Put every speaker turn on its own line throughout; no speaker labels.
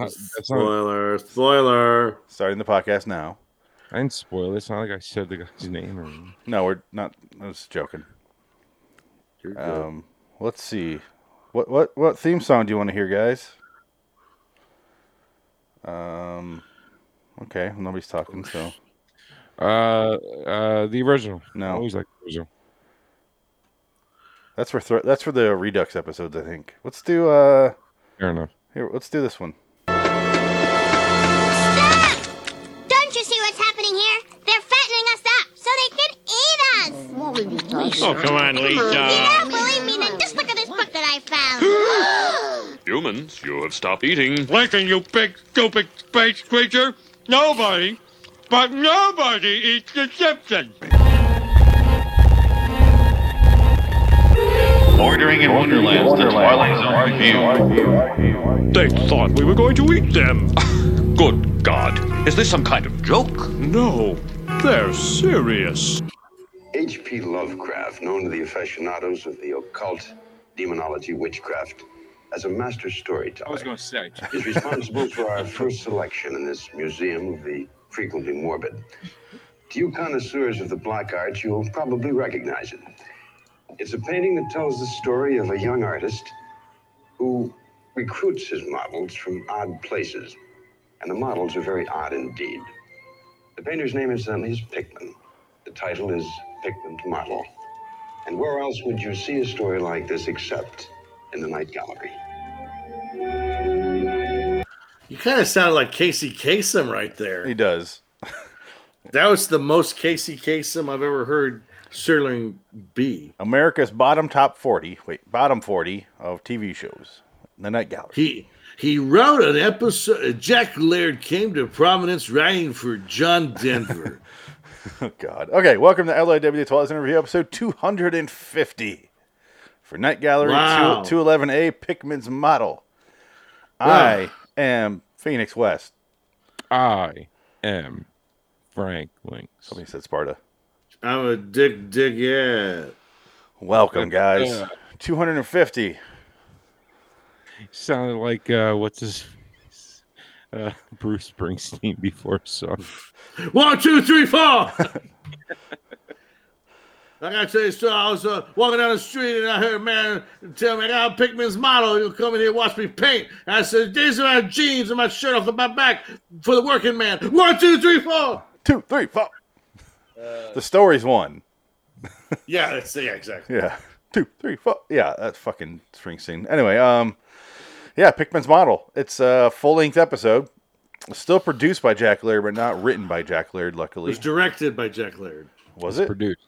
That's not,
Spoiler, spoiler.
starting the podcast now.
I didn't spoil it. It's not like I said the guy's name or anything.
No, we're not. I was joking.
You're good.
Um, let's see. What what what theme song do you want to hear, guys? Um, okay, nobody's talking, so
Uh, uh, the original. I
no.
always like the original.
That's for thro- that's for the Redux episodes, I think. Let's do uh
Fair enough.
here. Let's do this one.
Stop! Don't you see what's happening here? They're fattening us up so they can eat us!
Oh, come on, Uh,
You
Lisa.
don't believe me? Then just look at this book that I found.
Humans, you have stopped eating. Listen, you big, stupid space creature. Nobody, but nobody eats the Simpsons.
Bordering in Wonderland, the Twilight Zone review.
They thought we were going to eat them. Good God. Is this some kind of joke? No, they're serious.
H.P. Lovecraft, known to the aficionados of the occult, demonology, witchcraft, as a master storyteller,
to say.
is responsible for our first selection in this museum of the frequently morbid. To you connoisseurs of the black arts, you'll probably recognize it. It's a painting that tells the story of a young artist who recruits his models from odd places, and the models are very odd indeed. The painter's name, incidentally, is um, Pickman. The title is Pickman's Model. And where else would you see a story like this except in the Night Gallery?
You kind of sound like Casey Kasem right there.
He does.
That was the most Casey Kasem I've ever heard Sterling B.
America's bottom top forty. Wait, bottom forty of TV shows. The Night Gallery.
He he wrote an episode. uh, Jack Laird came to prominence writing for John Denver.
Oh God. Okay, welcome to LIW Twilight Zone Review, episode two hundred and fifty for Night Gallery
Wow.
two eleven A Pickman's Model. I am Phoenix West.
I am Frank Links.
Somebody said Sparta.
I'm a dick dick yeah.
Welcome, guys.
Yeah.
250.
Sounded like uh, what's his uh, Bruce Springsteen before so.
One, two, three, four. I gotta tell you, so I was uh, walking down the street and I heard a man tell me, I got a Pickman's model. You'll come in here and watch me paint. And I said, These are my jeans and my shirt off of my back for the working man. One, two, three, four.
Two, three, four. the story's one.
Yeah, that's yeah, exactly.
Yeah. Two, three, four. Yeah, that's fucking string scene. Anyway, um, yeah, Pickman's Model. It's a full length episode. Still produced by Jack Laird, but not written by Jack Laird,
It
luckily.
was directed by Jack Laird.
Was it?
Produced.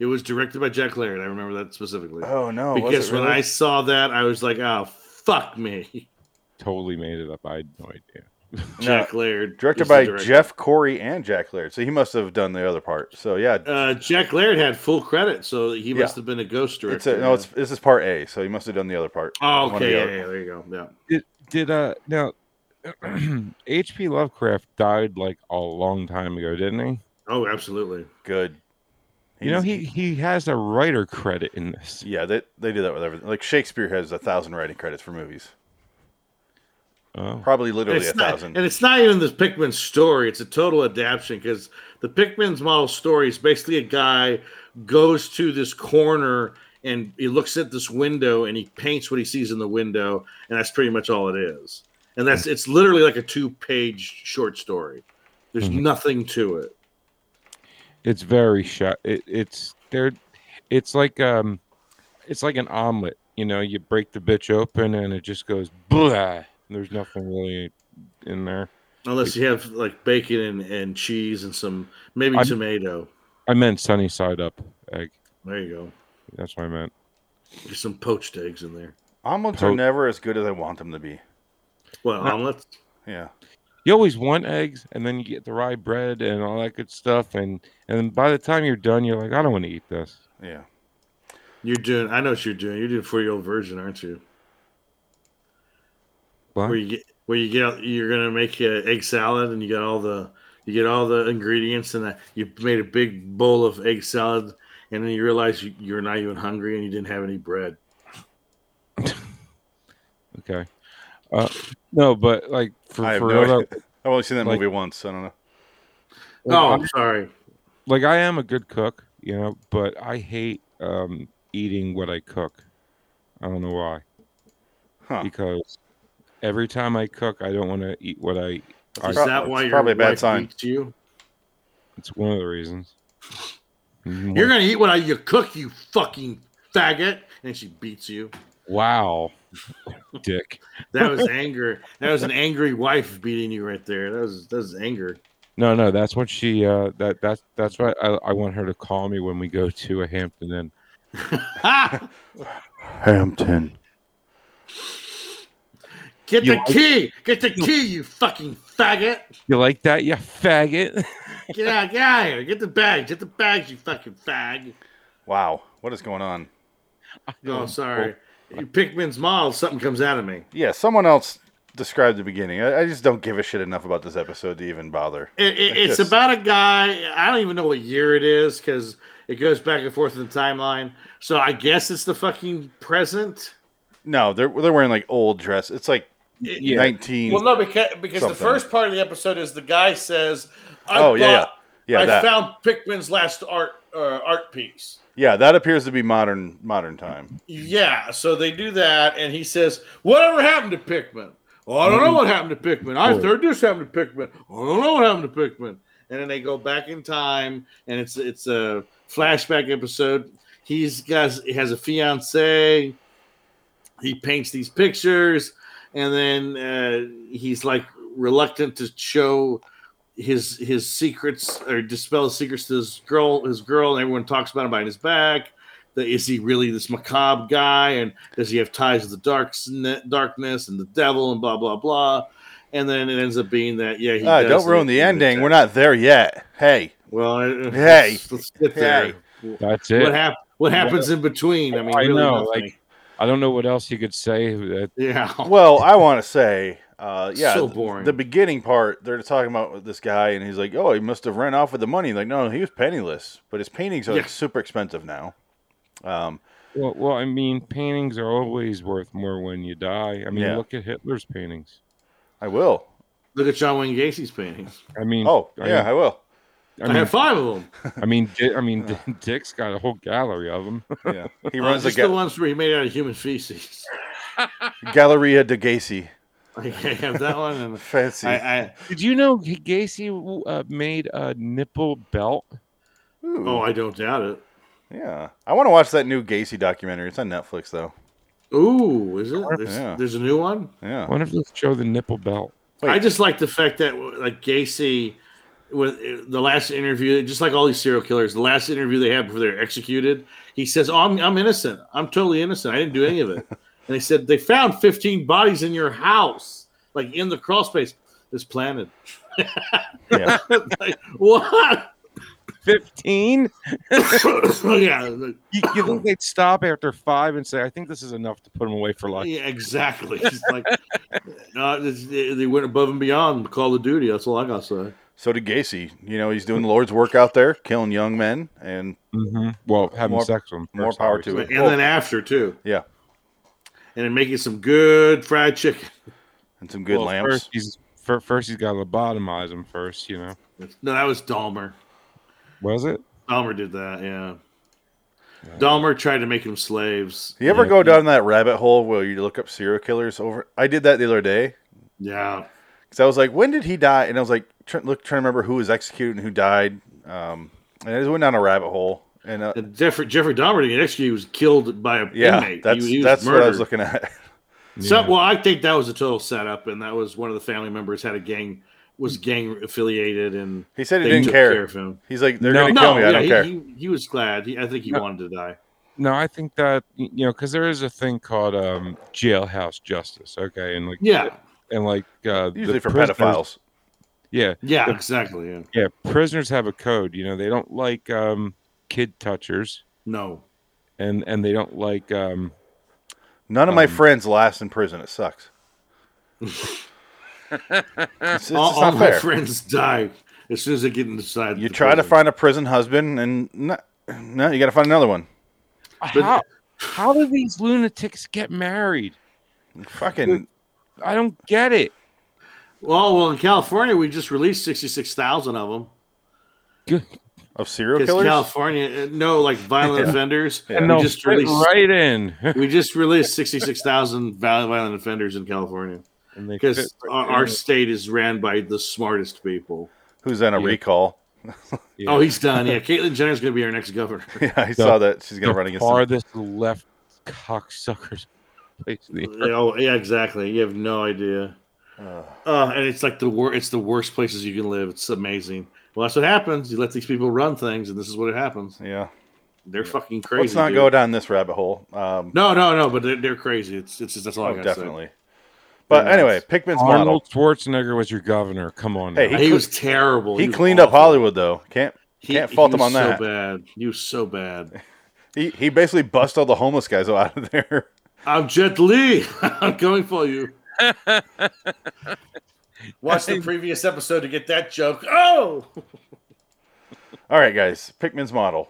It was directed by Jack Laird. I remember that specifically.
Oh, no. was
because
it
when
really?
I saw that, I was like, oh, fuck me.
Totally made it up. I had no idea.
Jack Laird.
Directed
is the
by
director.
Jeff Corey and Jack Laird. So he must have done the other part. So yeah,
Uh, Jack Laird had full credit, so he must have been a ghost director.
it's a, no, it's this is part A, so he must have done the other part.
Oh,
One of the
okay. Yeah,
other-
yeah, there you go. Yeah.
Did did uh now H.P. Lovecraft died like a long time ago, didn't he?
Oh, absolutely.
Good.
You know
He's-
he he has a writer credit in this.
Yeah, they they do that with everything. Like Shakespeare has a thousand writing credits for movies,
Oh.
probably literally a
It's not,
thousand.
and it's not even the Pickman story. It's a total adaptation because the Pickman's model story is basically a guy goes to this corner and he looks at this window and he paints what he sees in the window, and that's pretty much all it is. And that's it's literally like a two-page short story. There's
Mm-hmm.
Mhm.
nothing to it.
It's very shot. It, it's there. It's like um, it's like an omelet. You know, you break the bitch open and it just goes blah. There's nothing really in there.
Unless you have like bacon and, and cheese and some maybe
I'm-
tomato.
I meant sunny side up egg.
There you go.
That's what I meant.
There's some poached eggs in there.
Omelets are
Pope.
never as good as I want them to be.
Well, omelets.
Yeah,
You always want eggs, and then you get the rye bread and all that good stuff, and and then by the time you're done, you're like, I don't want to eat this.
yeah.
You're doing. I know what you're doing. You're doing four year old virgin, aren't you?
What?
Where you get where you get you're gonna make uh egg salad and you got all the you get all the ingredients and uh, you made a big bowl of egg salad and then you realize you, you're not even hungry and you didn't have any bread.
Okay. Uh, No, but like for,
I have
for
no
real, though,
idea. I've only seen that
Like-
movie once. so I don't know.
like,
oh,
I'm-
I'm sorry.
like I am a good cook, you know, but I hate um, eating what I cook. I don't know why.
Huh.
Because every time I cook, I don't want to eat what I.
Is
prob-
that why
it's
your
probably a bad
wife
sign.
beats you?
It's one of the reasons. Mhm.
You're gonna eat what I you cook, you fucking faggot, and she beats you.
wow, dick.
That was anger. That was an angry wife beating you right there. That was that was anger.
No, no, that's what she. Uh, that that's that's why I, I want her to call me when we go to a Hampton Inn.
Ha!
Hampton.
Get
You
the key. Get the key, you fucking faggot.
You like that, you faggot?
Get out, get out of here. Get the bags. Get the bags, you fucking fag.
Wow, what is going on?
Oh, sorry. You Pikmin's model, something comes out of me.
Yeah, someone else described the beginning. I, I just don't give a shit enough about this episode to even bother.
It, it, it's
Yes.
about a guy. I don't even know what year it is because it goes back and forth in the timeline. So I guess it's the fucking present.
No, they're they're wearing like old dress. It's like
yeah.
nineteen.
Well, no, because because the
Something.
first part of the episode is the guy says, I
oh yeah, yeah,
bought-
yeah.
I
that
found Pickman's last art uh, art piece."
yeah, that appears to be modern modern time.
Yeah, so they do that, and he says, "Whatever happened to Pickman? Oh, I don't know what happened to Pickman.
Oh.
I heard this happened to Pickman. I don't know what happened to Pickman." And then they go back in time, and it's it's a flashback episode. He's got he has a fiance. He paints these pictures, and then uh, he's like reluctant to show his his secrets or dispel his secrets to his girl. His girl, and everyone talks about him behind his back that is he really this macabre guy and does he have ties to the dark darkness and the devil and blah blah blah and then it ends up being that yeah he
Ah,
does
don't ruin the
it.
ending. We're not there yet. Hey,
well I-
Hey.
let's, let's get there
That's
what
it.
hap- what happens in between i mean
I
really
know,
nothing.
like- I don't know what else you could say. That
yeah
well, I want to say, uh,
Oh.
yeah,
so
th-
boring
the beginning part. They're talking about this guy, and he's like, "Oh, he must have ran off with the money." Like, no, he was penniless, but his paintings are
Yeah.
like super expensive now. Um,
well, well, I mean, paintings are always worth more when you die. I mean,
Yeah.
look at Hitler's paintings.
I will.
look at john wayne gacy's paintings
I mean,
Oh,
I
yeah, I will.
i,
mean, I mean,
have five of them
I mean, Di- I mean, Dick's got a whole gallery of them.
Yeah, he
Uh,
runs the,
just the
ga-
ones where he made out of human feces
Galleria de Gacy.
i have that one and
Fancy.
I, I
Did you know he- Gacy uh, made a nipple belt?
Ooh,
oh i don't doubt it
yeah. I want to watch that new Gacy documentary. It's on Netflix though.
Ooh, is it? There's,
Yeah.
there's a new one.
I
Yeah.
wonder if they'll show the nipple belt.
Wait.
I just like the fact that like Gacy with the last interview, just like all these serial killers, the last interview they had before they're executed, he says, "Oh, I'm, I'm innocent. I'm totally innocent. I didn't do any of it." and they said they found 15 bodies in your house, like in the crawl space. It's planted.
Yeah.
like, what?
Fifteen?
yeah, like,
You, you think they'd stop after five and say, "I think this is enough to put him away for life"?
yeah, exactly. It's like uh, it's- they they went above and beyond Call of Duty. That's all I got to say.
So did Gacy. You know, he's doing the Lord's work out there, killing young men, and
Mm-hmm. Well, having
More-
sex with him.
more
first,
power
obviously.
to it.
and then after too.
Yeah.
And then making some good fried chicken.
and some good
Well,
lamps.
First, he's fir- first he's got to lobotomize him first. You know,
No, that was Dahmer.
was it?
Dahmer did that, yeah. Dahmer tried to make them slaves.
You ever
Yeah.
go down that rabbit hole where you look up serial killers over? I did that the other day
Yeah.
because I was like, when did he die? And I was like, tr- look, trying to remember who was executed and who died. Um, and I just went down a rabbit hole. And uh,
And Jeffrey, Jeffrey Dahmer didn't get executed. He was killed by a
yeah,
inmate. He-
that's
he was
that's what I
murdered.
was looking at.
So,
Yeah.
well, I think that was a total setup, and that was one of the family members had a gang was gang affiliated, and
he said he
they
didn't
took
care.
of him.
He's like, they're
No.
gonna
No,
kill me.
yeah,
I don't
he,
care.
He, he was glad. He, I think he
No.
wanted to die.
No, I think that y- you know, because there is a thing called um, jailhouse justice. Okay, and like
Yeah,
and like uh, the
Usually for
prisoners-
pedophiles.
Yeah,
yeah,
The-
exactly. Yeah.
yeah. Prisoners have a code. You know, they don't like um, kid touchers,
No,
and and they don't like um,
None of my
Um,
friends last in prison. It sucks. it's it's
all,
just
all
not
my
fair.
friends die as soon as they get inside.
You
the
try to
prison.
find a prison husband, and no, no you got to find another one.
Uh, how how do these lunatics get married?
Fucking
I don't get it.
Well, well, in California, we just released sixty-six thousand of them.
Of serial
Because
killers?
California, uh, no, like violent
Yeah.
offenders.
Yeah.
We
no,
just
fit
released.
right in.
We just released sixty-six thousand violent offenders in California
And they fit
because
right
our,
in.
our state is ran by the smartest people.
Who's on a
Yeah.
recall?
Yeah.
Oh, he's done. Yeah, Caitlyn Jenner's going to be our next governor.
Yeah, I saw that. She's going to
the
run against him.
farthest left cocksuckers place in the
Yeah, oh, yeah, exactly. You have no idea. Uh, and it's like the wor- It's the worst places you can live. It's amazing. Well, that's what happens. You let these people run things, and this is what it happens.
Yeah.
They're fucking crazy.
Let's not
dude.
go down this rabbit hole. Um,
No, no, no. But they're, they're crazy. It's it's just that's all
oh,
I got.
definitely. But
Yeah,
anyway, Pickman's model.
Arnold Schwarzenegger was your governor. Come on.
Hey,
now.
He, was terrible.
He
was
cleaned up
awful.
Hollywood, though. Can't
He-
can't fault
he
him on
was
that.
So bad. He was so bad.
He, he basically bust all the homeless guys out of there.
I'm Jet Li. I'm coming for you. Watch the previous episode to get that joke. Oh,
All right, guys. Pickman's model.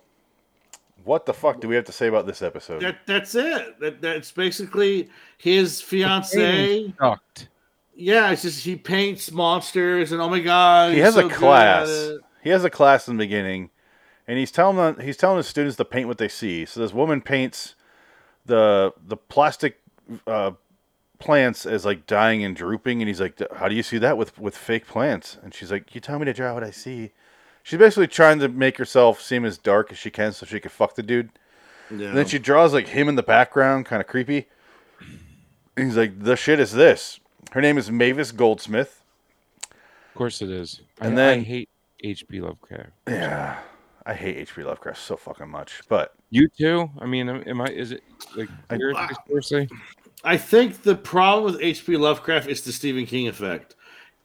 What the fuck do we have to say about this episode?
that that's it. That that's basically his fiance.
Sucked.
Yeah, it's just he paints monsters, and oh my god,
he
he's
has
so
a
good at
class.
it.
He has a class in the beginning, and he's telling the, he's telling his students to paint what they see. So this woman paints the the plastic uh, plants as like dying and drooping, and he's like, "How do you see that with with fake plants?" And she's like, "You tell me to draw what I see." She's basically trying to make herself seem as dark as she can so she could fuck the dude.
Yeah.
And then she draws like him in the background, kind of creepy. And he's like, "The shit is this." Her name is Mavis Goldsmith.
Of course it is.
And
I,
then-
I hate H.P. Lovecraft.
Yeah, I hate H.P. Lovecraft so fucking much, but
You too? I mean, am am I? Is it like
I-
seriously? seriously?
I think the problem with H.P. Lovecraft is the Stephen King effect.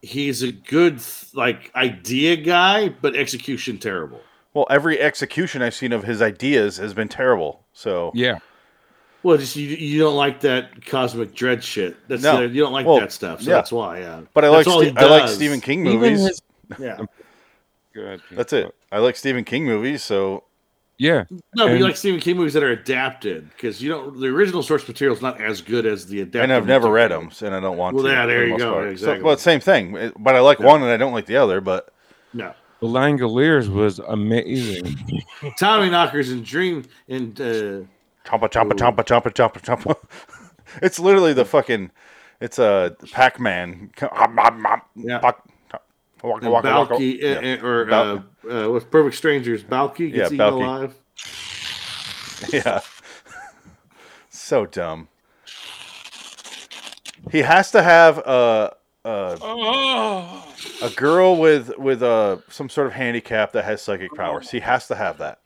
He's a good like idea guy, but execution terrible.
well, every execution I've seen of his ideas has been terrible. So
Yeah.
Well, just you, you don't like that cosmic dread shit. That's
No.
the- you don't like
Well,
that stuff. So
yeah.
that's why. Yeah.
but I like
That's all he
Ste- I like
does.
Stephen King
Even
movies.
his-
Yeah.
Good.
That's it. I like Stephen King movies, so
Yeah.
No, but
And-
you like Stephen King movies that are adapted because you don't. The original source material is not as good as the adapted.
and I've never read
material.
them, and I don't want
Well,
to.
yeah,
for
there
the
you
most
go,
part. So-
exactly.
well, same thing, it- but I like one and I don't like the other. But
The Langoliers was amazing.
No, Tommy Knockers and Dream and uh,
chompa chompa chompa chompa chompa chompa. it's literally the fucking. It's uh, a Pac Man.
Yeah.
Waka,
and
waka, waka.
Balky uh,
Yeah.
uh, or uh,
Bal-
uh, with Perfect Strangers, Balky gets
Yeah,
eaten
Balky.
alive.
Yeah. so dumb. He has to have a a,
Ah.
a girl with with a some sort of handicap that has psychic powers. He has to have that.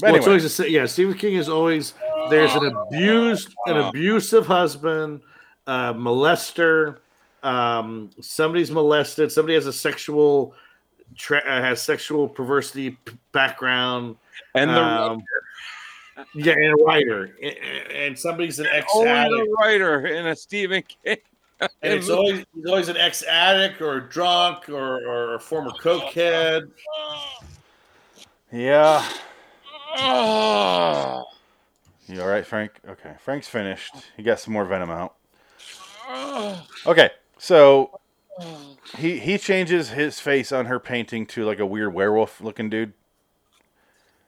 But
Well, it's
anyway,
always a, si- yeah. Stephen King is always there's an abused, an abusive husband, uh, molester. Um, somebody's molested. Somebody has a sexual, tra- uh, has sexual perversity p- background.
And the
um, yeah, and a writer, and, and somebody's an ex
only
addict,
Oh, the writer in a Stephen King.
and it's always he's always an ex addict or drunk or, or a former cokehead.
yeah. You all right, Frank? Okay, Frank's finished. He got some more venom out. Okay, so he he changes his face on her painting to like a weird werewolf looking dude.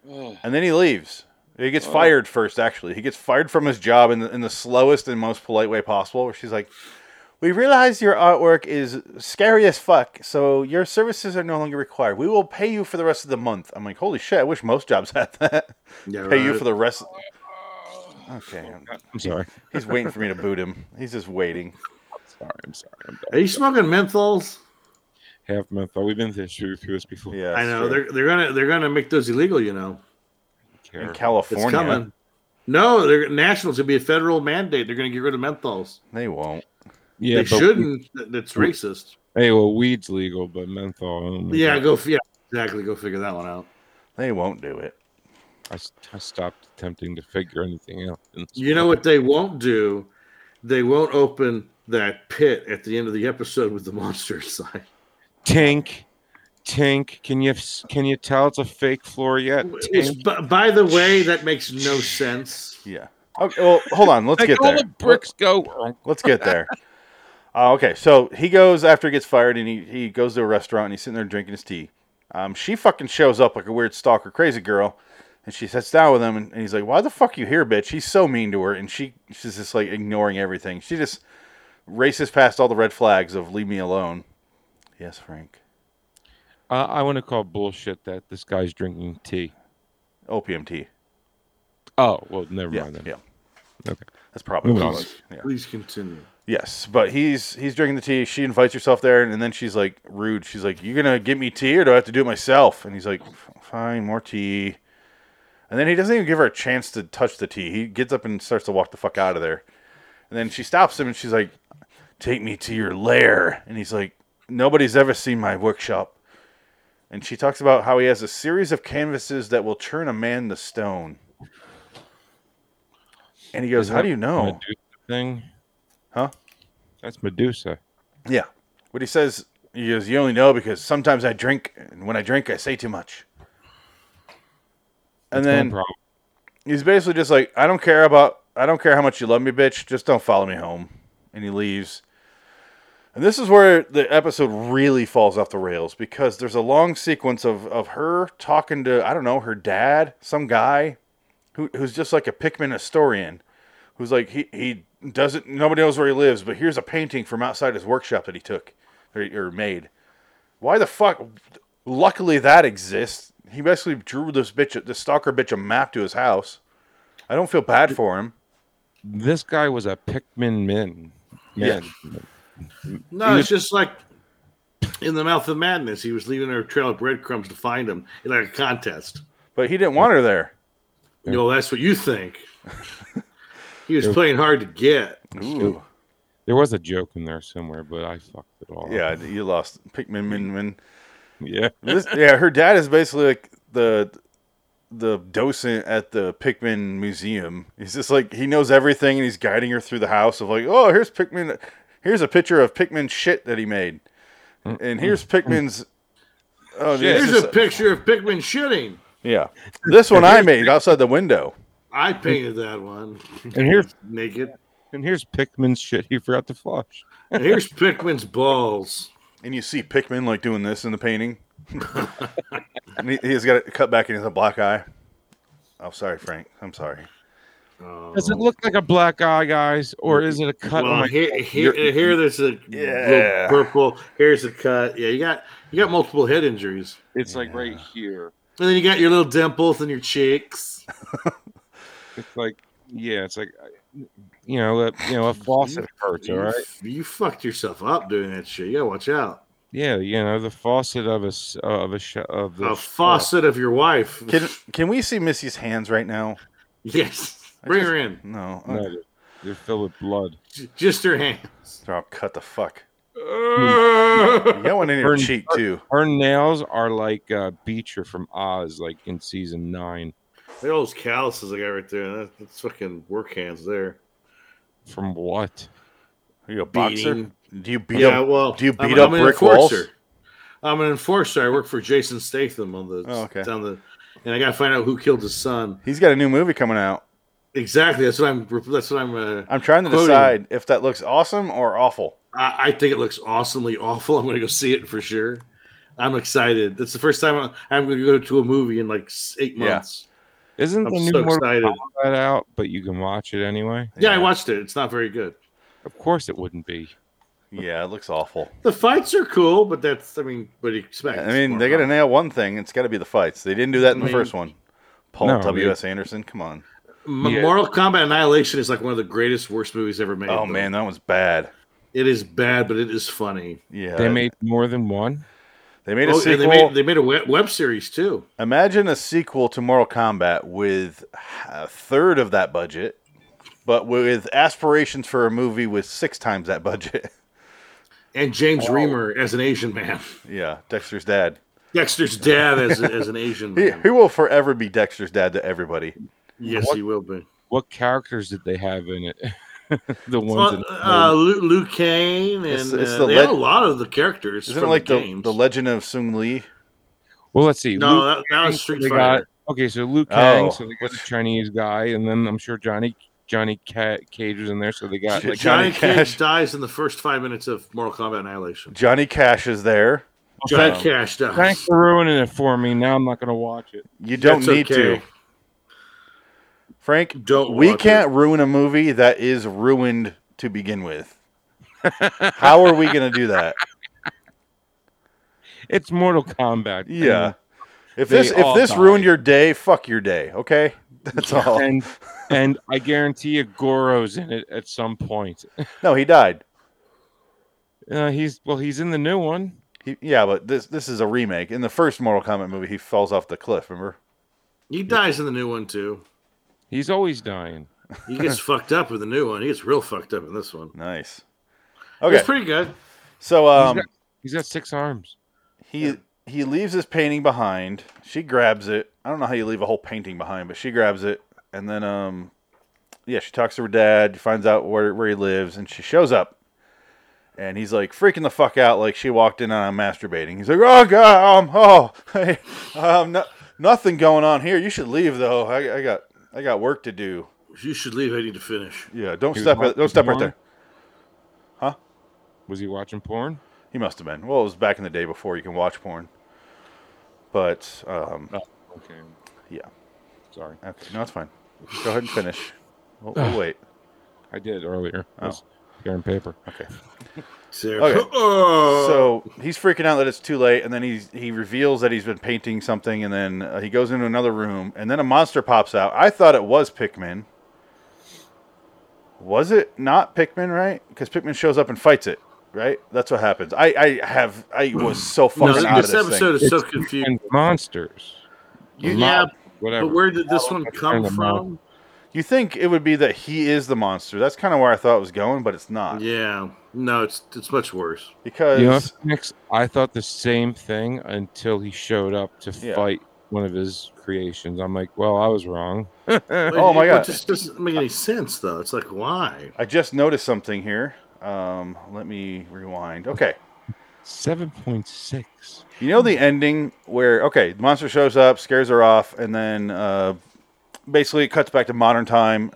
And then he leaves. He gets fired first, actually. He gets fired from his job in the, in the slowest and most polite way possible, where she's like, We realize your artwork is scary as fuck, so your services are no longer required. We will pay you for the rest of the month. I'm like, Holy shit, I wish most jobs had that.
Yeah,
pay you for the rest. Okay,
I'm sorry.
he's waiting for me to boot him. He's just waiting.
Sorry. I'm sorry. I'm done.
Are you smoking menthols?
Half menthol. We've been through through this before.
Yeah,
I know
sure.
they're they're gonna they're gonna make those illegal. You know.
in
It's
California.
coming. No, they're nationals. It'll be a federal mandate. They're going to get rid of menthols.
They won't.
Yeah,
they
but-
shouldn't. Th- That's racist.
Hey, well, weed's legal, but menthol. oh my
Yeah,
God.
go. f- Yeah, exactly. Go figure that one out.
They won't do it.
I, s- I stopped attempting to figure anything out. in this
You know what they won't do? They won't open that pit at the end of the episode with the monster inside.
Tink, Tink, can you can you tell it's a fake floor yet?
It's-
Tink.
b- by the way, that makes no sense.
Yeah. Okay, well, hold on. Let's
Like
get
all
there.
the bricks go.
Let's get there. Uh, okay, so he goes after he gets fired, and he, he goes to a restaurant, and he's sitting there drinking his tea. Um, she fucking shows up like a weird stalker, crazy girl, and she sits down with him, and, and he's like, "Why the fuck you here, bitch?" He's so mean to her, and she she's just like ignoring everything. She just races past all the red flags of "Leave me alone." Yes, Frank.
Uh, I want to call bullshit that this guy's drinking tea.
Opium tea.
Oh well, never
Yeah,
mind then.
yeah.
Okay.
That's probably what it
Moving on.
was. Yeah.
Please continue.
Yes, but he's he's drinking the tea. She invites herself there, and then she's like rude. She's like, "You gonna get me tea, or do I have to do it myself?" And he's like, "F- "Fine, more tea." And then he doesn't even give her a chance to touch the tea. He gets up and starts to walk the fuck out of there. And then she stops him, and she's like, "Take me to your lair." And he's like, "Nobody's ever seen my workshop." And she talks about how he has a series of canvases that will turn a man to stone. And he goes,
Is
"How
that
do you know?"
Medusa thing?
Oh. Huh?
That's Medusa.
Yeah. But he says, he goes, you only know because sometimes I drink, and when I drink, I say too much. And
No
then
problem.
he's basically just like, I don't care about, I don't care how much you love me, bitch. Just don't follow me home. And he leaves. And this is where the episode really falls off the rails because there's a long sequence of, of her talking to, I don't know, her dad, some guy who, who's just like a Pikmin historian who's like he, he doesn't nobody knows where he lives but here's a painting from outside his workshop that he took or, or made why the fuck luckily that exists he basically drew this bitch this stalker bitch a map to his house i don't feel bad for him
This guy was a Pikmin min.
Yeah.
Man.
No, it's just like in the mouth of madness. He was leaving her a trail of breadcrumbs to find him in like a contest.
but he didn't want her there
You know, that's what you think. he was playing hard to get.
Ooh.
There was a joke in there somewhere, but I fucked it all. up.
yeah you lost pikmin min min
Yeah.
this, yeah, her dad is basically like the the docent at the Pikmin museum. He's just like he knows everything, and he's guiding her through the house of like, oh, here's Pikmin, here's a picture of Pikmin shit that he made, and here's Pikmin's. Oh,
Shit.
this
Here's
is-
a picture of Pikmin shitting.
yeah, this one I made outside the window.
I painted that one
And here's
naked.
and here's Pikmin's shit he forgot to flush.
And here's Pikmin's balls.
And you see Pikmin like doing this in the painting. and he, he's got it cut back and he's a black eye. Oh, sorry, Frank. I'm sorry.
Oh.
Does it look like a black eye, guys, or is it a cut?
Well,
on my...
here, here, here, there's a
Yeah.
little purple. Here's a cut. Yeah, you got you got multiple head injuries,
It's like right here.
and then you got your little dimples in your cheeks.
It's like yeah, it's like I- you know, a, you know, a faucet hurts. All
You,
right.
you fucked yourself up doing that shit. You gotta watch out.
Yeah, you know, the faucet of a s- of a sh- of uh, the
A faucet of your wife.
Can can we see Missy's hands right now?
yes.
I
Bring
just-
her in.
No. Uh,
No, they're, they're filled with blood.
J- Just her hands.
Oh, cut the fuck.
Hmm.
You
yeah.
got one in your
Burn-
cheek too.
Her nails are like uh, Beecher from Oz, like in season nine
They're all those calluses I got right there. That- That's fucking work hands there.
from what?
Are you a boxer?
Beating.
Do you beat
yeah,
up?
well,
do you
I'm-
beat
I'm
up
an
brick walls?
enforcer. I'm an enforcer. I work for Jason Statham on the
Oh, okay.
down the, and I gotta find out who killed his son.
He's got a new movie coming out.
Exactly. That's what I'm. That's what I'm. Uh,
I'm trying to
Quoting.
decide if that looks awesome or awful.
I, I think it looks awesomely awful. I'm going to go see it for sure. I'm excited. That's the first time I'm, I'm going to go to a movie in like s- eight
Yeah.
months.
Isn't
I'm
the new
so
Mortal
excited.
Kombat out? But you can watch it anyway.
Yeah. I
Yeah.
watched it. It's not very good.
Of course, it wouldn't be.
Yeah, it looks awful.
The fights are cool, but that's I mean, what do you expect?
I mean, they got to nail one thing. It's got to be the fights. They didn't do that in the
I
first one. Paul
No,
W. S. Anderson, come on.
M-
Yeah.
Mortal Kombat Annihilation is like one of the greatest worst movies ever made.
Oh
though.
man, that was bad.
it is bad, but it is funny.
Yeah,
They made more than one.
they made a
Oh,
sequel.
and they made they made a web, web series too.
Imagine a sequel to Mortal Kombat with a third of that budget, but with aspirations for a movie with six times that budget.
And James Reamer as an Asian man,
yeah, Dexter's dad.
Dexter's dad as, a- as an Asian
He,
man.
he will forever be Dexter's dad to everybody.
Yes, he will be.
What characters did they have in it? the ones.
Well,
in
uh, Luke, Luke Kane, and
It's- it's
uh,
the
they
le-
had a lot of the characters
Isn't it
from
like
the
the,
games.
the Legend of Sung Li?
well, let's see.
no,
Liu
that, that was
Kang, so
Oh, Street
they
Fighter.
got- okay, so Luke Kang,
Oh,
so they got
which-
the Chinese guy, and then I'm sure Johnny Johnny Ca- Cage was in there, so they got like
Johnny,
Johnny
Cash
Cash.
dies in the first five minutes of Mortal Kombat Annihilation.
Johnny Cash is there.
Johnny
Um,
Cash dies.
thanks for ruining it for me. Now I'm not gonna watch it.
You don't
That's
need
okay.
to. Frank,
Don't
we
watch
can't ruin a movie that is ruined to begin with. How are we going to do that?
It's Mortal Kombat.
Yeah. If
They
this if
all
this
die.
ruined your day, fuck your day, okay? That's all.
and and I guarantee you, Goro's in it at some point.
No, he died.
Uh, he's well, he's in the new one.
He, yeah, but this this is a remake. In the first Mortal Kombat movie, he falls off the cliff, remember?
He dies in the new one too.
He's always dying.
He gets fucked up with the new one. He gets real fucked up in this one.
Nice.
It's
Okay.
pretty good.
So um
got- He's got six arms.
he he leaves his painting behind. She grabs it. I don't know how you leave a whole painting behind, but she grabs it, and then um, yeah, she talks to her dad, finds out where where he lives, and she shows up, and he's like freaking the fuck out, like she walked in and I'm masturbating. He's like, oh god, um, oh, hey, um, no, nothing going on here. You should leave though. I, I got I got work to do.
You should leave. I need to finish.
Yeah, don't
He was
step
hot-
at, don't step right
warm?
there.
Was he watching porn?
He must have been. Well, it was back in the day before you can watch porn. But um,
Okay.
Yeah.
Sorry,
okay, no, it's fine. Go ahead and finish. We'll-
Ah.
we'll wait.
I did earlier. I
Oh.
was tearing paper.
Sarah.
Okay.
Oh.
so he's freaking out that it's too late, and then he's, he reveals that he's been painting something, and then uh, he goes into another room, and then a monster pops out. I thought it was Pikmin. Was it not Pikmin, right? Because Pikmin shows up and fights it, right? That's what happens. I, I have I was so
no,
fucking
this,
out of this
episode
thing.
is so
It's-
confusing.
And monsters.
You-
Mo-
yeah,
Whatever.
but where did this one come
Kind of
from?
You think it would be that he is the monster? That's kind of where I thought it was going, but it's not
Yeah. No, it's it's much worse.
because
You know, Phoenix, I thought the same thing until he showed up to
Yeah.
fight one of his creations. I'm like, well, I was wrong.
Oh, my God.
It just doesn't make any sense though. It's like why?
I just noticed something here. Um, let me rewind. Okay.
Seven point six.
You know the ending where okay, the monster shows up, scares her off, and then uh, basically it cuts back to modern time,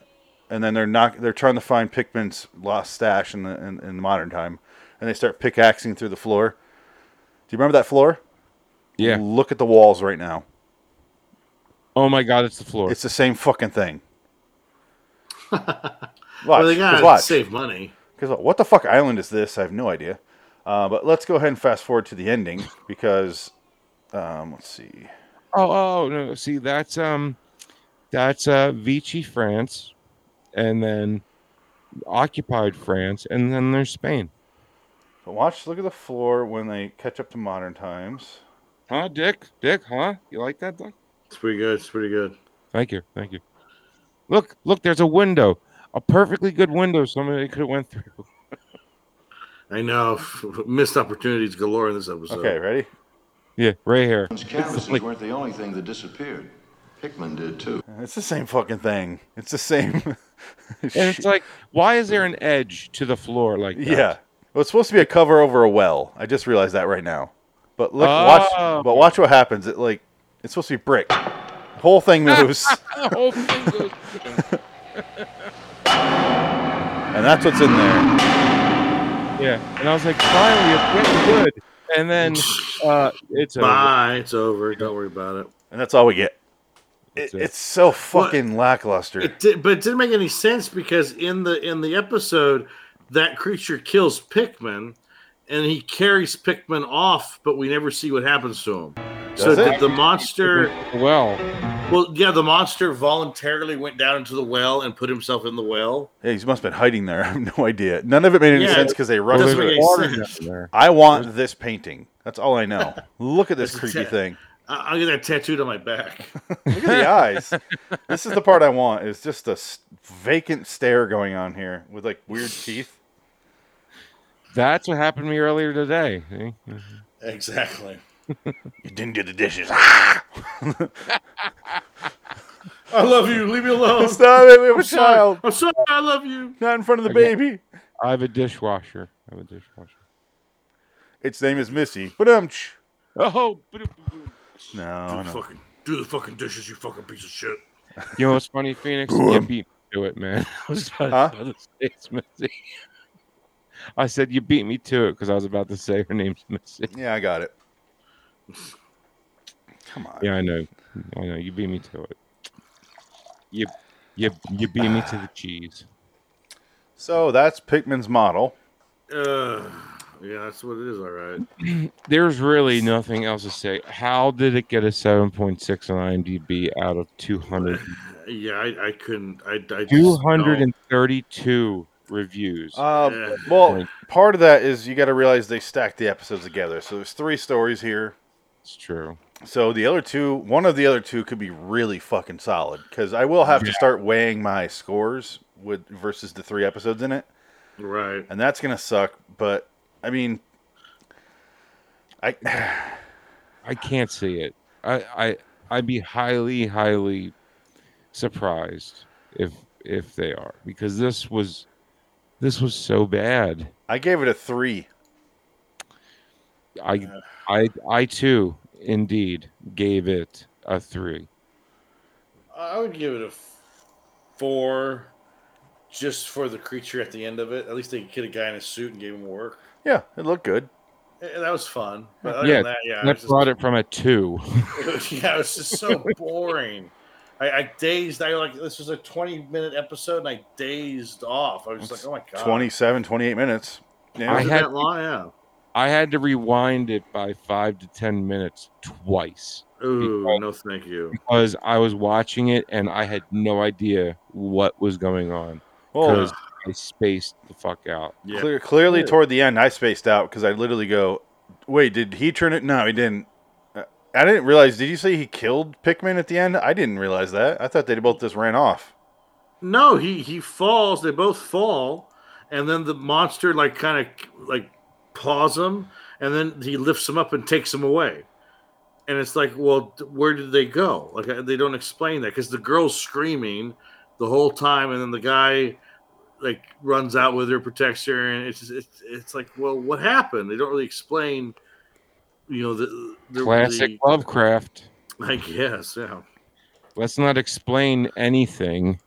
and then they're not they're trying to find Pikmin's lost stash in the in, in modern time, and they start pickaxing through the floor. Do you remember that floor?
Yeah.
Look at the walls right now.
Oh my God, it's the floor.
It's the same fucking thing. watch.
Well, they
just
gotta
watch.
save money.
Because what the fuck island is this? I have no idea. Uh, but let's go ahead and fast forward to the ending because um, let's see.
Oh, oh no! See, that's um, that's uh, Vichy France, and then occupied France, and then there's Spain.
But watch, look at the floor when they catch up to modern times.
Huh, Dick? Dick? Huh? You like that, Dick?
It's pretty good. It's pretty good.
Thank you, thank you. Look, look! There's a window, a perfectly good window. Somebody could have went through.
I know. Missed opportunities galore in this episode.
Okay, ready?
Yeah, right here.
Canvases weren't the only thing that disappeared. Hickman did too.
It's the same fucking thing. It's the same.
And
shit.
it's like, why is there an edge to the floor like that?
yeah. Well, it's supposed to be a cover over a well. I just realized that right now. But look,
Oh.
watch. But watch what happens. It like it's supposed to be brick. Whole thing moves,
The whole thing goes down.
and that's what's in there.
yeah. And I was like, finally, it's getting good. And then uh, it's over.
Bye. It's over. Don't worry about it.
And that's all we get. It,
That's it.
it's so fucking lackluster.
It did, but it didn't make any sense because in the in the episode, that creature kills Pikmin, and he carries Pikmin off, but we never see what happens to him. so
Does it?
did the monster?
well.
Well, yeah, the monster voluntarily went down into the well and put himself in the well.
Yeah, he must have been hiding there. I have no idea. None of it made any
Yeah.
sense because they rushed
Doesn't
through
make
it.
any
water
sense.
down there.
I want this painting. That's all I know. Look at this
That's
creepy
it.
thing.
I- I'll get that tattooed on my back.
Look at the eyes. This is the part I want. Is just a s- vacant stare going on here with like weird teeth.
That's what happened to me earlier today. see?
exactly.
You didn't do the dishes.
I love you. Leave me alone.
Stop it. We have a
Sorry.
child.
I'm sorry. I love you.
Not in front of the
Okay.
baby.
I have a dishwasher. I have a dishwasher.
Its name is Missy. But um.
Oh, but
No, no.
Fucking do the fucking dishes, you fucking piece of shit.
you know what's funny, Phoenix? You beat, to it, man. I was
Huh?
about to say it's Missy. I said you beat me to it because I was about to say her name's Missy.
Yeah, I got it. Come on.
Yeah, I know. I know. You beat me to it. You, you, you beat me to the cheese.
So that's Pickman's model.
Uh, yeah, that's what it is. All right.
There's really nothing else to say. How did it get a 7.6 on IMDb out of 200?
Yeah, I, I couldn't. I, I just don't.
232 reviews.
Uh, well, part of that is you got to realize they stacked the episodes together. So there's three stories here.
It's true.
So the other two, one of the other two could be really fucking solid because I will have to start weighing my scores with versus the three episodes in it,
Right.
and that's gonna suck. But I mean, I
I can't see it. I, I I'd be highly, highly surprised if if they are because this was this was so bad.
I gave it a three.
I I I too indeed gave it a three.
I would give it a f- four, just for the creature at the end of it. At least they could get a guy in a suit and gave him work.
Yeah, it looked good.
Eh, that was fun. But other
Yeah,
than that, yeah,
that
it was
brought it from a two.
just, yeah, it was just so boring. I, I dazed. I like this was a twenty-minute episode, and I dazed off. I was just like, oh my god,
27, 28 minutes. Yeah,
I
Wasn't
had-
that long? Yeah.
I had to rewind it by five to ten minutes twice
Ooh, no, thank you.
because I was watching it and I had no idea what was going on
well,
because I spaced the fuck out.
Yeah.
clear, clearly toward the end, I spaced out because I literally go, "Wait, did he turn it? No, he didn't." Uh, I didn't realize. Did you say he killed Pikmin at the end? I didn't realize that. I thought they both just ran off.
No, he he falls. They both fall, and then the monster like kind of like paws him, and then he lifts him up and takes him away. And it's like, well, d- where did they go? Like I- they don't explain that because the girl's screaming the whole time, and then the guy like runs out with her, protects her, and it's just, it's, it's like, well, what happened? They don't really explain. You know the, the
Classic Lovecraft.
the- I guess, yeah.
Let's not explain anything.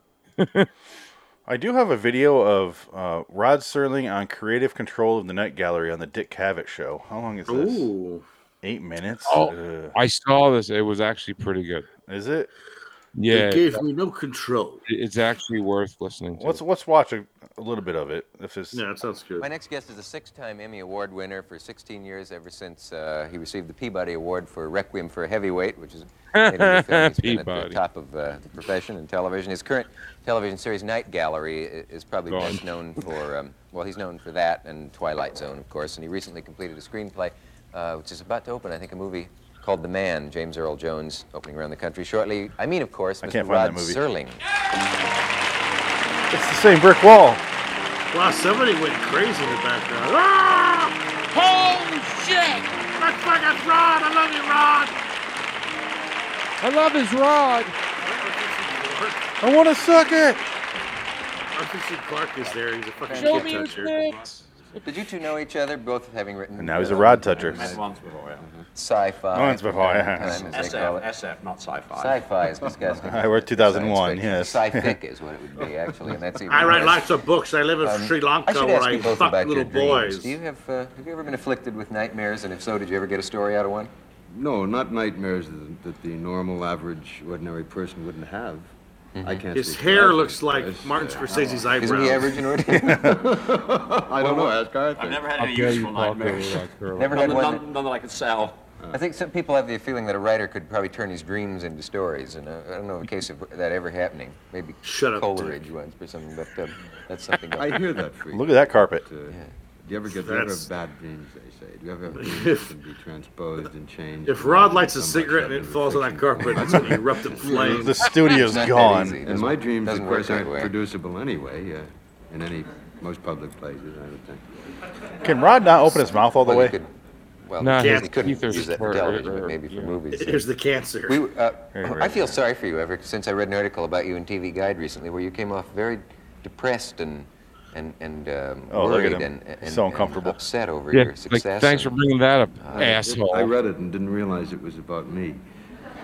I do have a video of uh, Rod Serling on creative control of the Night Gallery on the Dick Cavett show. How long is this?
Ooh,
Eight minutes.
Oh. I saw this. It was actually pretty good.
Ugh. is it?
Yeah,
they gave me no control.
it's actually worth listening to.
Let's let's watch a, a little bit of it. If it's
Yeah, that sounds good.
My next guest is a six-time Emmy Award winner for 16 years, ever since uh, he received the Peabody Award for Requiem for a Heavyweight, which is made him the film he's been at
Peabody.
the top of uh, the profession in television. His current television series, Night Gallery, i- is probably
Gone.
best known for um, well, he's known for that and Twilight Zone, of course. And he recently completed a screenplay, uh, which is about to open, I think, a movie called The Man. James Earl Jones opening around the country shortly. I mean, of course,
I
Mr.
can't
Rod
find that movie.
Serling.
it's the same brick wall.
Wow, somebody went crazy in the background. Ah! Holy shit! That's fucking Rod! I love you, Rod!
I love his rod.
I want to suck it.
Arthur C. Clarke is there. He's a fucking
Show
shit toucher.
Did you two know each other, both having written?
And now he's a
uh,
rod toucher.
Once before, yeah.
Sci-fi.
Once before, yeah.
Time, as they call
SF,
it.
SF, not sci-fi.
Sci-fi is disgusting.
I wrote 2001, yes.
Sci-fic is what it would be, actually, and that's even
I write
worse.
lots of books. I live in
Um,
Sri
I
Lanka
should
where
ask
I
you both
fuck
about
little
your dreams.
boys.
Do you have, uh, have you ever been afflicted with nightmares, and if so, did you ever get a story out of one?
No, Oh, not nightmares that, that the normal, average, ordinary person wouldn't have. I can't.
His
speak for
hair
others,
looks like
but,
Martin
uh,
Scorsese's
Isn't he
eyebrows.
average and ordinary?
I don't
Oh,
know. Ask Arthur.
I've never had
I'll
any
tell you
useful
about
nightmares.
Never
None,
had
that-
one.
none, none that I could sell.
I think some people have the feeling that a writer could probably turn his dreams into stories, and uh, I don't know a case of that ever happening. Maybe
Shut up,
Coleridge once or something, but uh, that's something. else.
I hear that freak.
Look at that carpet.
Uh, Do you ever get do you ever
That's-
have bad dreams? They say. Do you ever have dreams that can be transposed and changed?
If
and
Rod
altered
lights a
so much
cigarette and
that
it falls on that
reflects in-
carpet, it's going to erupt in flames.
The studio's
Not that easy.
gone.
And my dreams, of
doesn't work
course, aren't
that way.
producible anyway. Uh, in any most public places, I would think.
Can Rod not open his mouth all the
Well,
way?
you could- well,
Nah,
you
his
really couldn't
teeth are
use that
square,
for television, but
or-
maybe for
er, yeah.
movies.
Here's the cancer.
We, were- uh,
Here,
I feel sorry for you, Everett, since I read an article about you in TV Guide recently where you came off very depressed and and and um,
Oh, look at
worried
him.
and,
He's
and-
so
and
uncomfortable.
upset over
Yeah,
your
like,
success. Uh,
thanks for
and-
bringing that up, asshole.
I read it and didn't realize it was about me.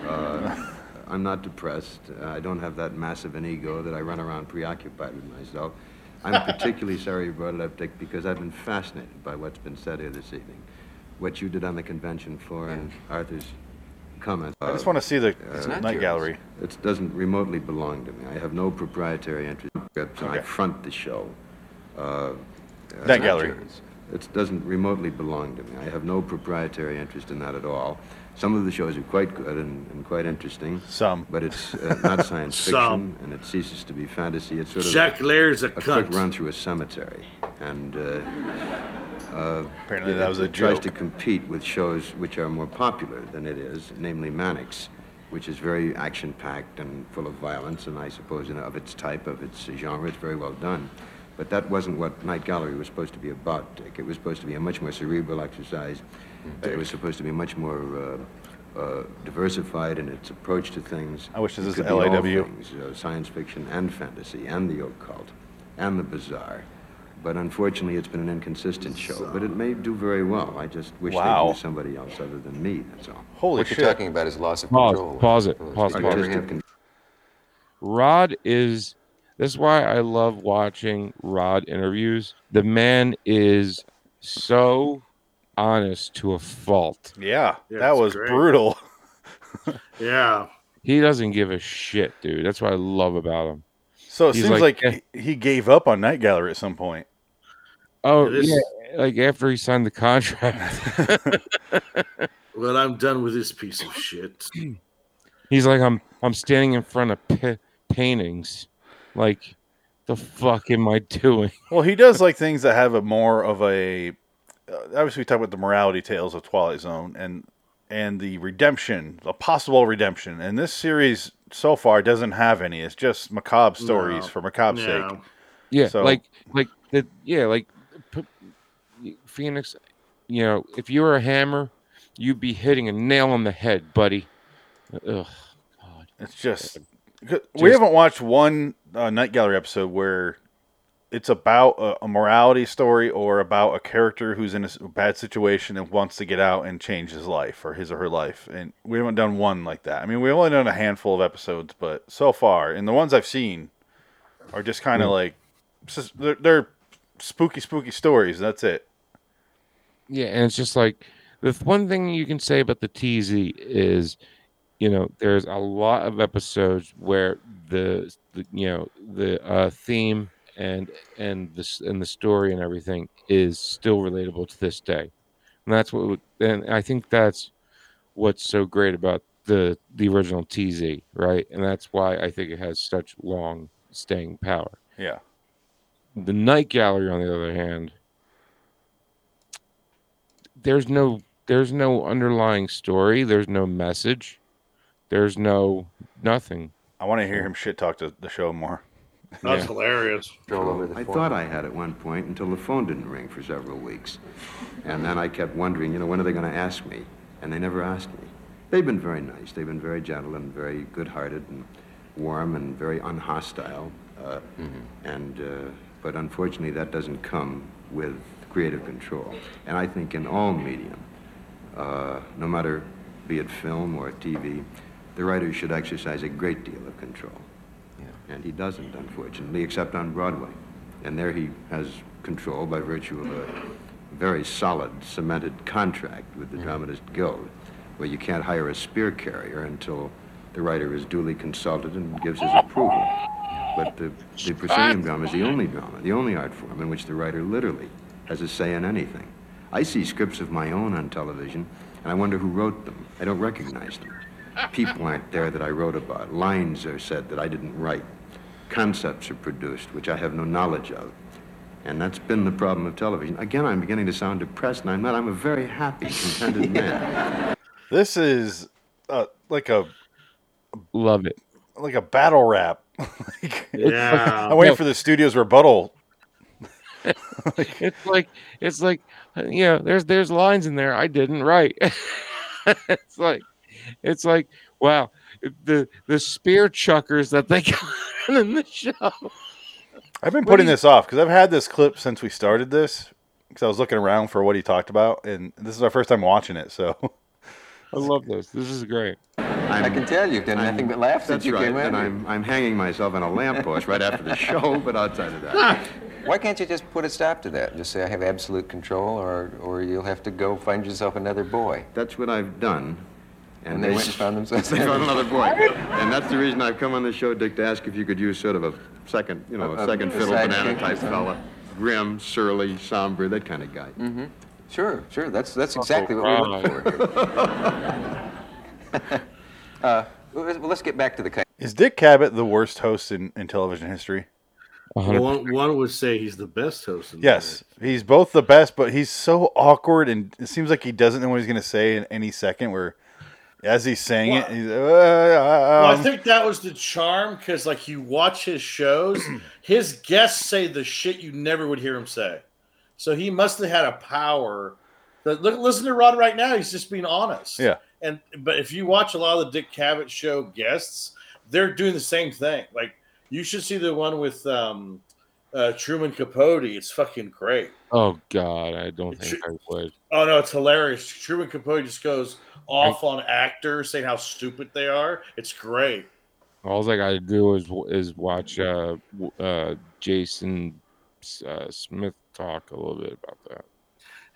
Uh, I'm not depressed. Uh, I don't have that massive an ego that I run around preoccupied with myself. I'm particularly sorry you brought it up, Dick, because I've been fascinated by what's been said here this evening. What you did on the convention floor and Arthur's comment.
I just wanna see the
uh,
night gallery.
It doesn't remotely belong to me. I have no proprietary interest in scripts, and I
Okay.
front the show. Uh, uh,
Night gallery.
yours. It doesn't remotely belong to me. I have no proprietary interest in that at all. Some of the shows are quite good and, and quite interesting.
Some.
But it's uh, not science
Some.
fiction, and it ceases to be fantasy. It's sort of
Jack Laird's a
quick
cunt.
run through a cemetery, and uh, uh,
Apparently
it-
that was
it
a
tries
joke.
to compete with shows which are more popular than it is, namely Mannix, which is very action-packed and full of violence, and I suppose you know, of its type, of its genre, it's very well done. But that wasn't what Night Gallery was supposed to be about, Dick. It was supposed to be a much more cerebral exercise.
Hmm.
It was supposed to be much more uh, uh, diversified in its approach to things.
I wish this
It
was
could
the
be all
LAW.
things, uh, science fiction and fantasy and the occult and the bizarre. But unfortunately, it's been an inconsistent show. But it may do very well. I just wish
Wow.
they knew somebody else other than me. That's all.
Holy
what
shit.
you're talking about is loss of
Pause,
control.
pause it,
Well,
pause,
it's
pause.
artistic
Rod is that's why I love watching Rod interviews. The man is so honest to a fault.
Yeah,
Yeah,
that
it's
was
great.
brutal.
Yeah.
He doesn't give a shit, dude. That's what I love about him.
So it
He's
seems like,
like,
he he gave up on Night Gallery at some point.
Oh,
It is-
yeah, like after he signed the contract,
Well, I'm done with this piece of shit.
he's like, I'm I'm standing in front of pa- paintings, like the fuck am I doing?
Well, he does like things that have a more of a. Uh, obviously, we talk about the morality tales of Twilight Zone and and the redemption, a possible redemption. And this series so far doesn't have any. It's just macabre stories
No.
for macabre's sake.
Yeah.
Yeah,
So-
like like the yeah, like p- Phoenix. You know, if you were a hammer, you'd be hitting a nail on the head, buddy. Ugh, God.
It's just, we
Just-
haven't watched one uh, Night Gallery episode where it's about a, a morality story or about a character who's in a s- bad situation and wants to get out and change his life or his or her life. And we haven't done one like that. I mean, we've only done a handful of episodes, but so far, and the ones I've seen are just kind of like it's just- they're, they're spooky, spooky stories. And that's it.
Yeah, and it's just like the th- one thing you can say about the TZ is, you know, there's a lot of episodes where the, the you know the uh, theme and and the s- and the story and everything is still relatable to this day, and that's what would- and I think that's what's so great about the the original TZ, right? And that's why I think it has such long staying power.
Yeah.
The Night Gallery, on the other hand, there's no there's no underlying story. There's no message. There's no nothing.
I want to hear him shit talk to the show more.
That's hilarious.
control over the
I
form.
thought I had at one point until the phone didn't ring for several weeks. And then I kept wondering, you know, when are they going to ask me? And they never asked me. They've been very nice. They've been very gentle and very good hearted and warm and very unhostile. Uh,
Mm-hmm.
And, uh, but unfortunately, that doesn't come with creative control. And I think in all medium, uh, no matter be it film or TV, the writer should exercise a great deal of control. And he doesn't, unfortunately, except on Broadway. And there he has control by virtue of a very solid, cemented contract with the Dramatist Guild, where you can't hire a spear carrier until the writer is duly consulted and gives his approval. But the, the proscenium drama is the only drama, the only art form in which the writer literally has a say in anything. I see scripts of my own on television, and I wonder who wrote them. I don't recognize them. People aren't there that I wrote about. Lines are said that I didn't write. Concepts are produced which I have no knowledge of. And that's been the problem of television. Again, I'm beginning to sound depressed, and I'm not. I'm a very happy, contented man.
This is uh, like a
Love it.
like a battle rap. like, I'm
Yeah.
waiting
No.
for the studio's rebuttal.
It's like it's like uh, you know, there's there's lines in there I didn't write. it's like it's like wow, the the spear chuckers that they got in the show.
I've
What do
been putting
you-
this off because I've had this clip since we started this because I was looking around for what he talked about, and this is our first time watching it. So
I love this. This is great.
I can tell you've done nothing but laugh since
That's
you
right.
came in.
And I'm, I'm hanging myself on a lamppost right after the show, but outside of that.
Why can't you just put a stop to that? Just say I have absolute control, or or you'll have to go find yourself another boy.
That's what I've done.
And, they, went and found themselves.
They found another boy. And that's the reason I've come on the show, Dick, to ask if you could use sort of a second, you know,
A-
a,
a-
second
a
fiddle
sidekick
banana
or
type
something.
fella. Grim, surly, somber, that kind of guy.
Mm-hmm. Sure, sure. That's that's exactly what we're looking for. here. uh, well, let's get back to the.
Is Dick Cabot the worst host in, in television history?
One, one would say he's the best host. In
Yes, he's both the best, but he's so awkward, and it seems like he doesn't know what he's going to say in any second. Where, as he's saying it, he's, uh,
Well, I
um,
think that was the charm because, like, you watch his shows, his guests say the shit you never would hear him say. So he must have had a power. But look, listen to Rod right now; he's just being honest.
yeah,
And but if you watch a lot of the Dick Cavett show guests, they're doing the same thing. Like, you should see the one with um, uh, Truman Capote. It's fucking great.
Oh God, I don't think I would.
Oh no, it's hilarious. Truman Capote just goes off on actors, saying how stupid they are. It's great.
All I gotta do is w- is watch uh, w- uh, Jason S- uh, Smith talk a little bit about that.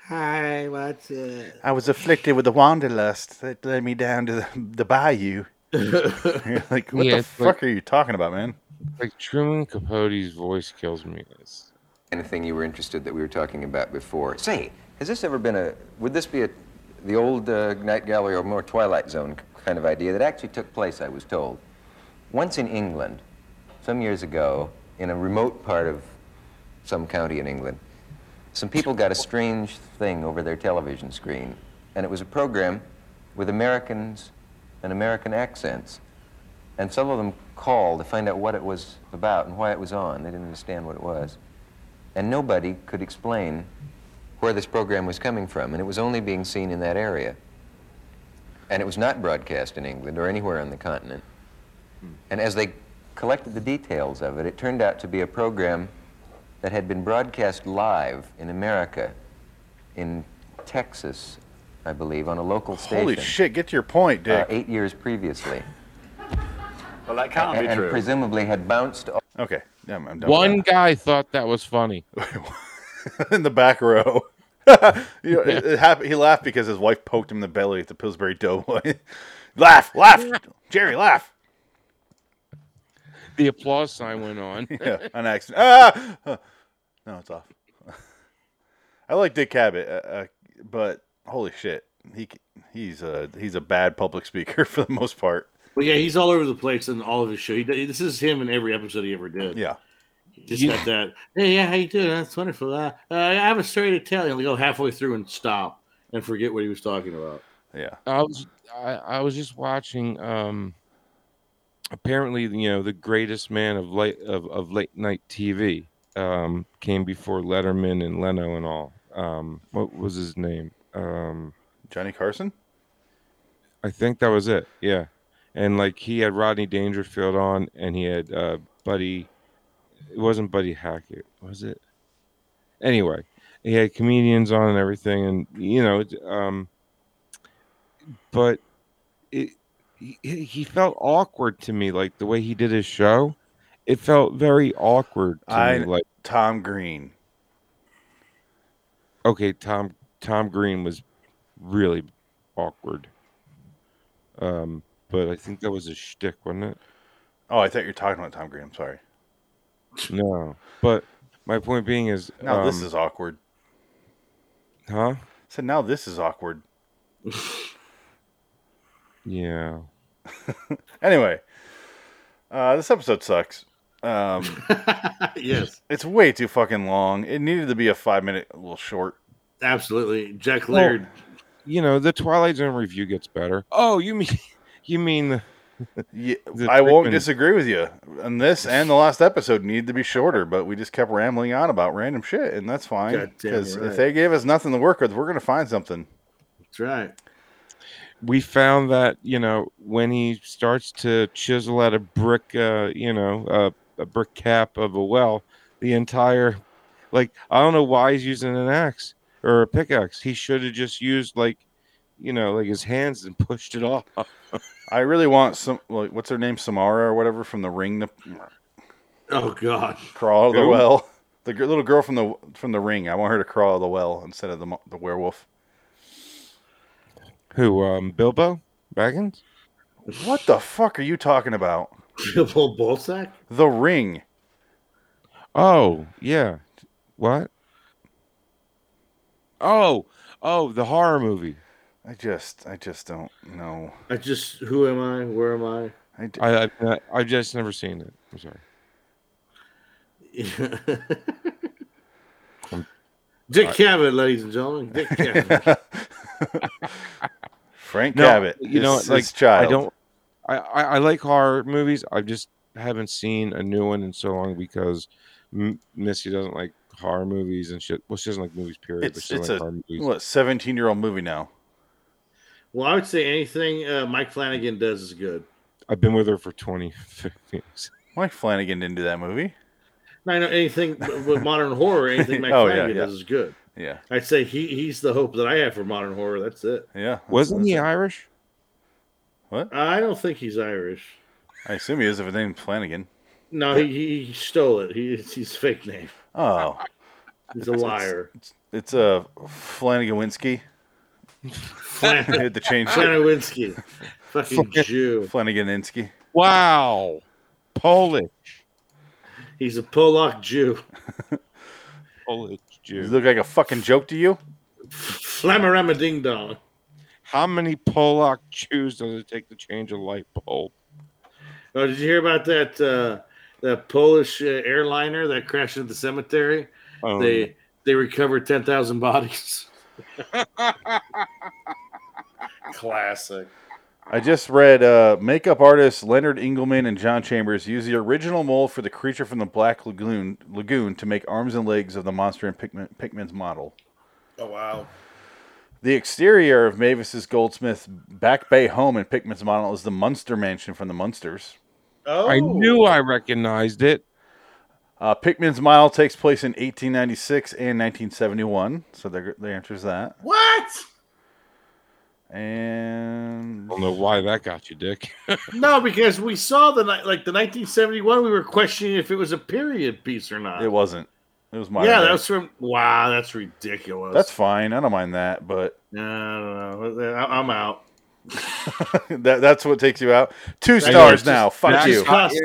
Hi, what's it?
I was afflicted with the wanderlust that led me down to the, the bayou. You're like, what
Yeah,
the
it's like-
fuck are you talking about, man?
Like Truman Capote's voice kills me. It's
Anything you were interested that we were talking about before? Say, has this ever been a? Would this be a, the old uh, night gallery or more Twilight Zone kind of idea that actually took place? I was told once in England, some years ago, in a remote part of some county in England, some people got a strange thing over their television screen, and it was a program with Americans and American accents. And some of them called to find out what it was about and why it was on. They didn't understand what it was. And nobody could explain where this program was coming from, and it was only being seen in that area. And it was not broadcast in England or anywhere on the continent. And as they collected the details of it, it turned out to be a program that had been broadcast live in America, in Texas, I believe, on a local station.
Holy shit! Get to your point,
uh,
Dick.
eight years previously.
well, that
and, and presumably had bounced. Off.
Okay, Oh, yeah, I'm, I'm done. with
One guy thought that was funny.
that. in the back row. you know, it, it happened, he laughed because his wife poked him in the belly at the Pillsbury Doughboy. laugh, laugh, Jerry, laugh.
The applause sign went on.
yeah, on accident. Ah! Huh. No, it's off. I like Dick Cabot, uh, uh, but holy shit, he c- he's a he's a bad public speaker for the most part.
Well, yeah, he's all over the place in all of his show. He, this is him in every episode he ever did.
Yeah,
just got that. Hey, yeah, how you doing? That's wonderful. Uh, uh, I have a story to tell. He'll go halfway through and stop and forget what he was talking about.
Yeah,
I was I, I was just watching um apparently you know the greatest man of late of, of late night TV um came before Letterman and Leno and all. Um what was his name? Um
Johnny Carson?
I think that was it. Yeah. And like he had Rodney Dangerfield on and he had uh Buddy it wasn't Buddy Hackett, was it? Anyway, he had comedians on and everything and you know, it, um but it he, he felt awkward to me like the way he did his show. It felt very awkward to
I
me like
Tom Green.
Okay, Tom Tom Green was really awkward. Um, but I think that was a shtick, wasn't it?
Oh, I thought you were talking about Tom Green. I'm sorry.
No, but my point being is
Now this
um,
is awkward.
huh?
I said now this is awkward.
Yeah.
Anyway, uh, this episode sucks. Um,
yes,
it's way too fucking long. It needed to be a five minute, a little short.
Absolutely, Jack
Well, Laird. You know, the Twilight Zone review gets better. Oh, you mean you mean the, the
I won't
Brickman-
disagree with you. And this and the last episode needed to be shorter, but we just kept rambling on about random shit, and that's fine.
Goddamn
Because
right.
if they gave us nothing to work with, we're gonna find something.
That's right.
We found that you know when he starts to chisel at a brick, uh, you know, uh, a brick cap of a well, the entire, like I don't know why he's using an axe or a pickaxe. He should have just used like you know, like his hands and pushed it off.
I really want some. Like, what's her name? Samara or whatever from the ring. To,
Oh God!
crawl out of the
Who?
well. The gr- little girl from the from the ring. I want her to crawl out of the well instead of the mo- the werewolf.
Who? Um, Bilbo Baggins.
What the fuck are you talking about?
Bilbo Bolsack.
The ring.
Oh yeah. What? Oh oh, the horror movie.
I just I just don't know.
I just, who am I? Where am I?
I,
I, I've not- I've just never seen it. I'm sorry.
Dick Cavett, ladies and gentlemen. Dick Cavett.
Frank
No,
Cabot.
You know,
his-
like
his child.
I don't. I, I I like horror movies. I just haven't seen a new one in so long because M- Missy doesn't like horror movies and shit. Well, she doesn't like movies. Period. but
It's
she
it's
doesn't
a
like horror movies.
what seventeen year old movie now.
well, I would say anything uh, Mike Flanagan does is good.
I've been with her for twenty years.
Mike Flanagan didn't do that movie.
No, no, anything with modern horror, anything Mike
Oh, yeah,
Flanagan
yeah.
does is good.
Yeah,
I'd say he, he's the hope that I have for modern horror. That's it.
yeah.
Wasn't he Irish?
I don't think he's Irish.
I assume he is if his name's Flanagan.
No, he, he stole it. He, it's his fake name.
Oh,
He's a liar.
it's a uh, Flanagan Winsky.
Flan-
I had to change it.
Flanawinsky. Fucking Jew.
Flanagan Insky.
Wow, Polish,
He's a Polak Jew.
Polish
Does it
Jew.
look like a fucking joke to you?
Flamarama Ding Dong.
How many Polak Jews does it take to change a light bulb?
Oh, did you hear about that uh, that Polish uh, airliner that crashed into the cemetery?
Oh,
Um,
They they recovered ten thousand bodies. Classic.
I just read uh, makeup artists Leonard Engelman and John Chambers use the original mold for the creature from the Black Lagoon lagoon to make arms and legs of the monster in Pikmin, Pikmin's model.
Oh wow.
The exterior of Mavis's goldsmith's Back Bay home in Pikmin's model is the Munster Mansion from the Munsters.
Oh,
I knew I recognized it.
Uh, Pikmin's Mile takes place in 1896 and 1971, so there, there answers that.
What?
And
I don't know why that got you, Dick.
No, because we saw the ni- like the 1971. We were questioning if it was a period piece or not.
it wasn't. It was my.
yeah, that was from. Wow, that's ridiculous.
That's fine. I don't mind that, but
No, no, no, I- I'm out.
that, that's what takes you out. Two
That
stars
just-
now. Fuck
that
you.
just cost-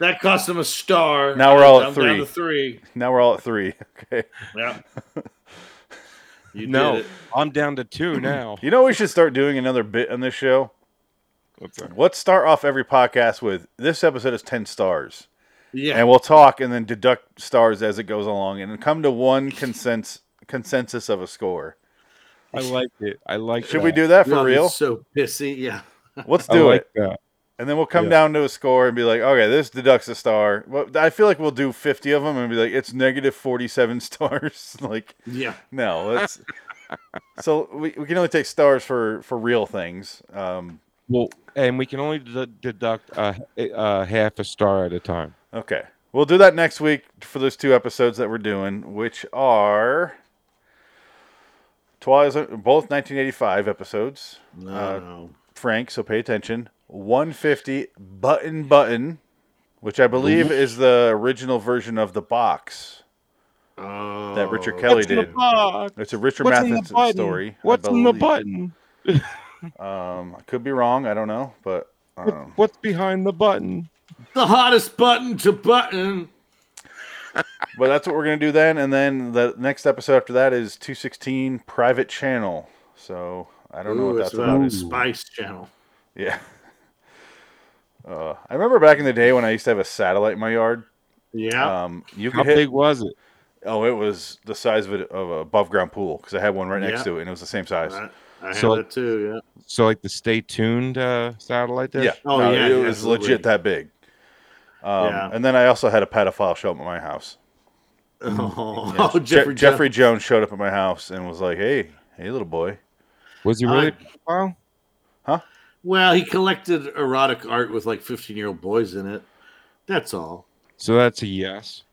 that cost them a star.
Now we're all at
I'm down
three.
to three.
Now we're all at three. Okay.
Yeah. You
no,
did it.
I'm down to two now.
You know what we should start doing another bit on this show.
What's that?
Let's start off every podcast with this episode is ten stars,
Yeah.
and we'll talk and then deduct stars as it goes along, and come to one consens consensus of a score.
I liked it. I like.
Should we do that for
God,
real?
it's So pissy. Yeah.
Let's
I
do
like
it,
that.
and then we'll come
yeah.
down to a score and be like, okay, this deducts a star. Well, I feel like we'll do fifty of them and be like, it's negative forty-seven stars. like,
Yeah.
No, let's. so we, we can only take stars for for real things. Um,
Well, and we can only d- deduct a, a half a star at a time.
okay, we'll do that next week for those two episodes that we're doing, which are Twilight, both 1985 episodes.
No.
Uh,
no.
Frank, so pay attention. 150 button button, which I believe is the original version of the box
Oh.
that Richard Kelly
in the
did.
box?
It's a Richard
What's in the
Matheson
button?
story. I
What's in the
believe.
button?
Um, I could be wrong. I don't know, but um,
What's behind the button?
The hottest button to button.
But that's what we're gonna do then, and then the next episode after that is two sixteen private channel. So I don't know
Ooh,
what
it's
that's about.
the Spice Channel.
Yeah. Uh, I remember back in the day when I used to have a satellite in my yard.
Yeah.
Um, you
How
could hit.
big was it?
Oh, it was the size of, it, of a above ground pool because I had one right next
Yeah.
to it, and it was the same size.
I, I
so-
had that too. Yeah.
So like the stay tuned uh, satellite dish.
Yeah.
Oh, yeah,
It was
absolutely.
legit that big. Um,
Yeah.
And then I also had a pedophile show up at my house.
Oh,
Yeah. Je-
Jeffrey.
Jeffrey Jones showed up at my house and was like, "Hey, hey, little boy."
Was he
I-
really? Wow.
Well, he collected erotic art with like 15 year old boys in it. That's all.
So that's a yes.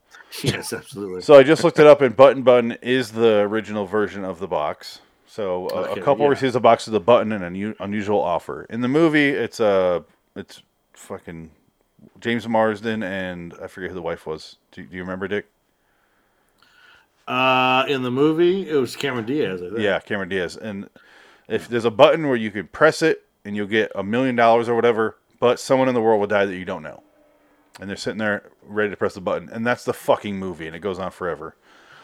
Yes, absolutely.
So I just looked it up, and Button Button is the original version of the box. So a,
Okay,
a couple
yeah.
receives a box with a button and an u- unusual offer. In the movie, it's uh, it's fucking James Marsden and I forget who the wife was. Do, do you remember Dick?
Uh, in the movie, it was Cameron Diaz. I think.
Yeah, Cameron Diaz. And if there's a button where you can press it and you'll get a million dollars or whatever, but someone in the world will die that you don't know. And they're sitting there ready to press the button. And that's the fucking movie and it goes on forever.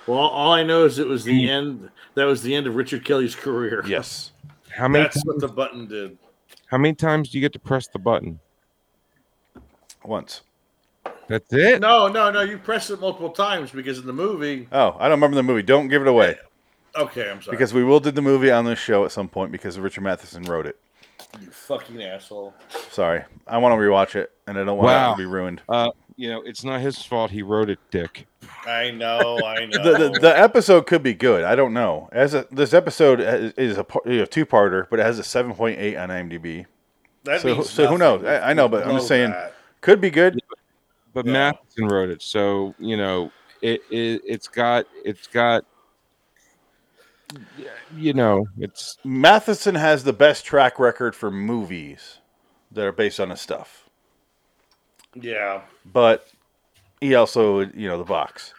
Well, all I know is it was the end. That was the end of Richard Kelly's career.
Yes.
How many
That's what the button did.
How many times do you get to press the button?
Once.
That's it.
No, no, no. You pressed it multiple times because in the movie.
Oh, I don't remember the movie. Don't give it away.
Okay, I'm sorry.
Because we will do the movie on this show at some point because Richard Matheson wrote it.
you fucking asshole.
Sorry. I want to rewatch it and I don't want
Wow.
it to be ruined.
Uh, you know, it's not his fault. He wrote it, Dick.
I know. I know.
the, the, the episode could be good. I don't know. As a, this episode is is a, par- you know, two parter, but it has a seven point eight on IMDb.
That
so
means
so who
nothing.
knows? I, I know, but I'm
Blow
just saying,
that.
could be good.
But Matheson wrote it, so you know it, it. It's got. It's got. You know, it's
Matheson has the best track record for movies that are based on his stuff,
Yeah.
but he also you know the box.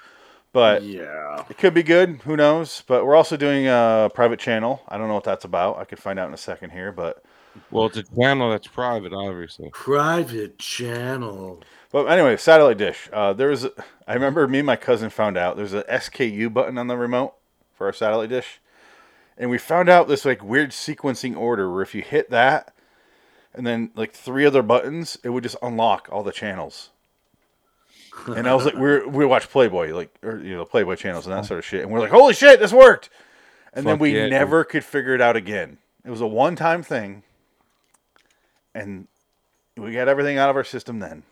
But
yeah,
it could be good. Who knows? But we're also doing a private channel. I don't know what that's about. I could find out in a second here, but
well, it's a channel that's private, obviously.
Private channel.
But anyway, satellite dish. Uh, there was, I remember me and my cousin found out there's a SKU button on the remote for our satellite dish, and we found out this like weird sequencing order where if you hit that, and then like three other buttons, it would just unlock all the channels. And I was like, we're we watch Playboy, like or you know Playboy channels and that sort of shit, and we're like, holy shit, this worked! And then
Fuck
we
yeah.
never could figure it out again. It was a one time thing, and we got everything out of our system then.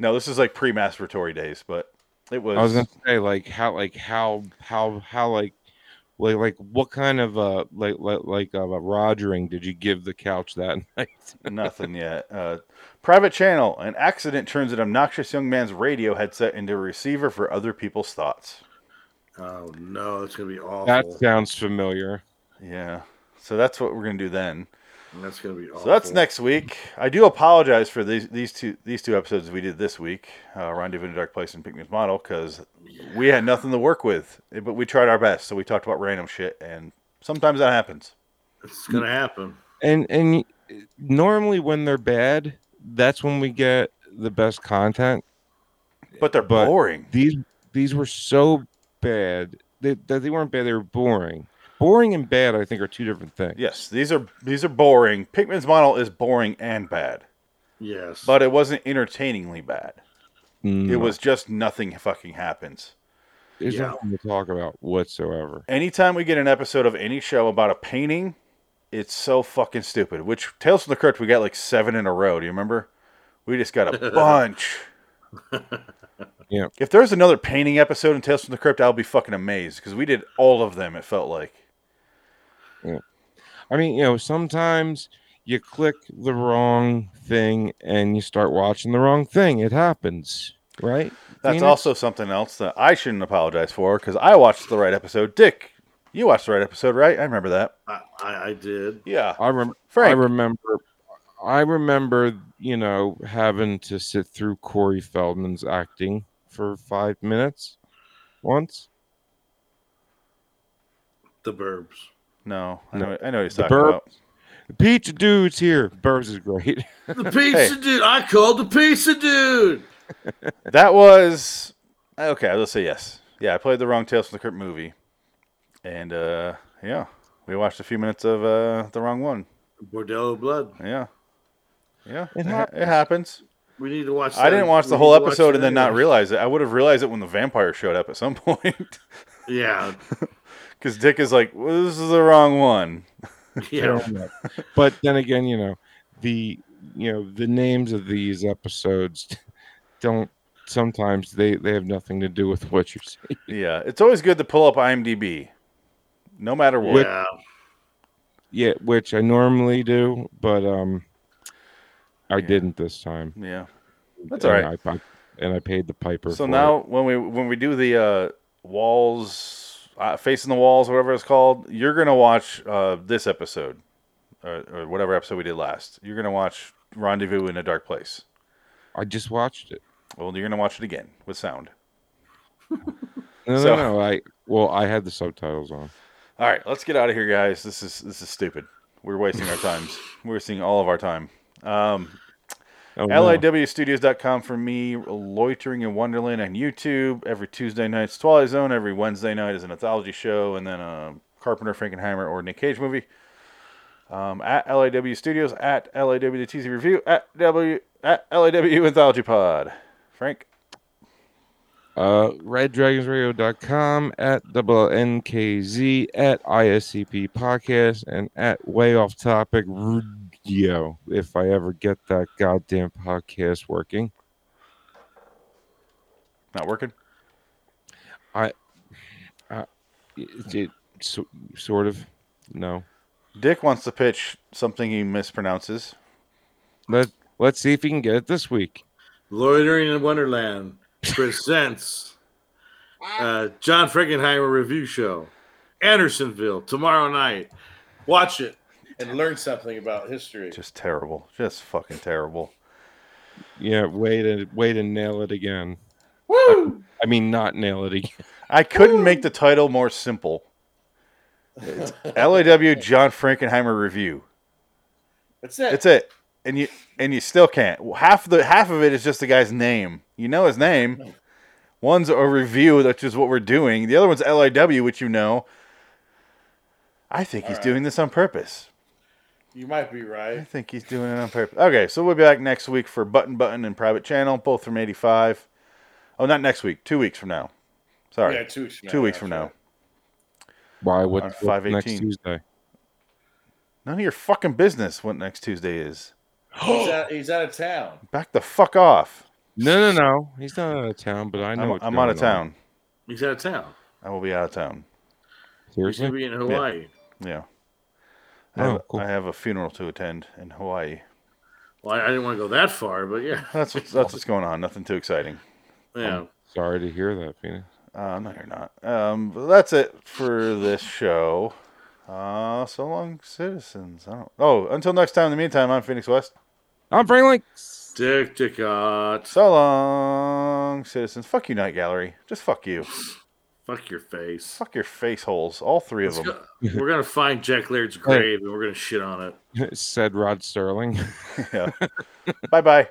No, this is like pre-masturbatory days, but it was.
I was gonna say like how like how how how like like like what kind of uh like like like of a rogering did you give the couch that night?
Nothing yet. Uh, private channel. An accident turns an obnoxious young man's radio headset into a receiver for other people's thoughts.
Oh no, that's gonna be awful.
That sounds familiar.
Yeah. So that's what we're gonna do then.
That's gonna be awful.
So that's next week. I do apologize for these these two these two episodes we did this week, uh, Rendezvous in a Dark Place and Pinkman's Model, because we had nothing to work with, but we tried our best. So we talked about random shit, and sometimes that happens.
It's gonna happen.
And and normally when they're bad, that's when we get the best content.
But they're
But
boring.
These these were so bad. They that they weren't bad. They were boring. Boring and bad, I think, are two different things.
Yes, these are these are boring. Pinkman's Model is boring and bad,
Yes.
but it wasn't entertainingly bad. It
No.
was just nothing fucking happens.
There's
Yeah.
nothing to talk about whatsoever.
Anytime we get an episode of any show about a painting, it's so fucking stupid. Which Tales from the Crypt, we got like seven in a row. Do you remember? We just got a bunch.
Yeah.
If there's another painting episode in Tales from the Crypt, I'll be fucking amazed because we did all of them. It felt like.
Yeah. I mean, you know, sometimes you click the wrong thing and you start watching the wrong thing. It happens, right?
That's
Dana?
also something else that I shouldn't apologize for because I watched the right episode. Dick, you watched the right episode, right? I remember that.
I, I, I did.
Yeah.
I remember. I
Frank.
remember. I remember. You know, having to sit through Corey Feldman's acting for five minutes once.
The Burbs.
No, I
No.
know, I know what he's
The
talking
Burbs.
about.
Pizza dudes here. Burbs is great.
The pizza dude. I called the pizza dude.
That was okay. Let's say yes. Yeah, I played the wrong Tales from the Crypt movie, and uh, yeah, we watched a few minutes of uh, the wrong one.
Bordello Blood.
Yeah, yeah,
It
it, ha-
happens.
it happens.
We need to watch.
I didn't
that.
watch
We
the
need
whole
to watch
episode and
that
then not
anyway.
realize it. I would have realized it when the vampire showed up at some point,
Yeah.
because Dick is like, well, "This is the wrong one."
Yeah.
but then again, you know, the you know the names of these episodes don't sometimes they they have nothing to do with what you're saying.
Yeah, it's always good to pull up IMDb, no matter what.
Yeah.
Yeah, which I normally do, but um, I didn't this time.
Yeah, that's all
And
right.
I, I- and I paid the piper.
So
for
now when we when we do the uh, walls uh, facing the walls, whatever it's called, you're gonna watch uh, this episode or, or whatever episode we did last. You're gonna watch Rendezvous in a Dark Place.
I just watched it.
Well, you're gonna watch it again with sound.
No,
So-
no, no. I well, I had the subtitles on.
All right, let's get out of here, guys. This is this is stupid. We're wasting our times. We're wasting all of our time. Um,
wow.
LIWstudios.com for me, Loitering in Wonderland on YouTube. Every Tuesday night is Twilight Zone. Every Wednesday night is an anthology show, and then a Carpenter, Frankenheimer, or Nick Cage movie. Um, at LAW Studios, at LAW the TC Review, at W at LAW Anthology Pod. Frank,
Uh, reddragonsradio.com at WNKZ at ISCP podcast and at way off topic radio if I ever get that goddamn podcast working.
Not working?
I, I it, it so, sort of no.
Dick wants to pitch something he mispronounces.
Let Let's see if he can get it this week.
Loitering in Wonderland presents uh, John Frankenheimer review show, Andersonville tomorrow night. Watch it and learn something about history.
Just terrible. Just fucking terrible.
Yeah, way to way to nail it again.
Woo!
I mean, not nail it again.
I couldn't make the title more simple. It's LAW John Frankenheimer review.
That's it.
That's it. And you and you still can't. Half the half of it is just the guy's name. You know his name. One's a review, that's just what we're doing. The other one's LAW, which you know. I think he's
Alright.
doing this on purpose.
You might be
I
right.
think he's doing it on purpose. Okay, so we'll be back next week for Button Button and Private Channel, both from 85. Oh, not next week. Two weeks from now. Sorry.
Yeah, two weeks from now,
Two weeks
that's
from now.
Why? What?
On
what's next
518.
Tuesday?
None of your fucking business what next Tuesday is.
He's out, he's out of town.
Back the fuck off.
No, no, no. He's not out of town, but I know.
I'm,
what's
I'm out
going
of
on.
town.
He's out of town.
I will be out of town.
He's gonna be in
Yeah.
Hawaii.
Yeah. I,
Oh,
have, I have a funeral to attend in Hawaii.
Well, I, I didn't want to go that far, but yeah,
That's what's, that's what's going on. Nothing too exciting.
yeah.
Sorry to hear that, Phoenix.
Uh, no, you're not. Um, but that's it for this show. Uh, so long, citizens. I don't. Oh, until next time. In the meantime, I'm Phoenix West.
I'm Frank Link.
Dick uh, Dicott.
So long, citizens. Fuck you, Night Gallery. Just fuck you.
Fuck your face.
Fuck your face holes. All three of
Let's
them.
go- We're gonna find Jack Laird's grave and we're gonna shit on it.
Said Rod Sterling.
yeah. Bye bye.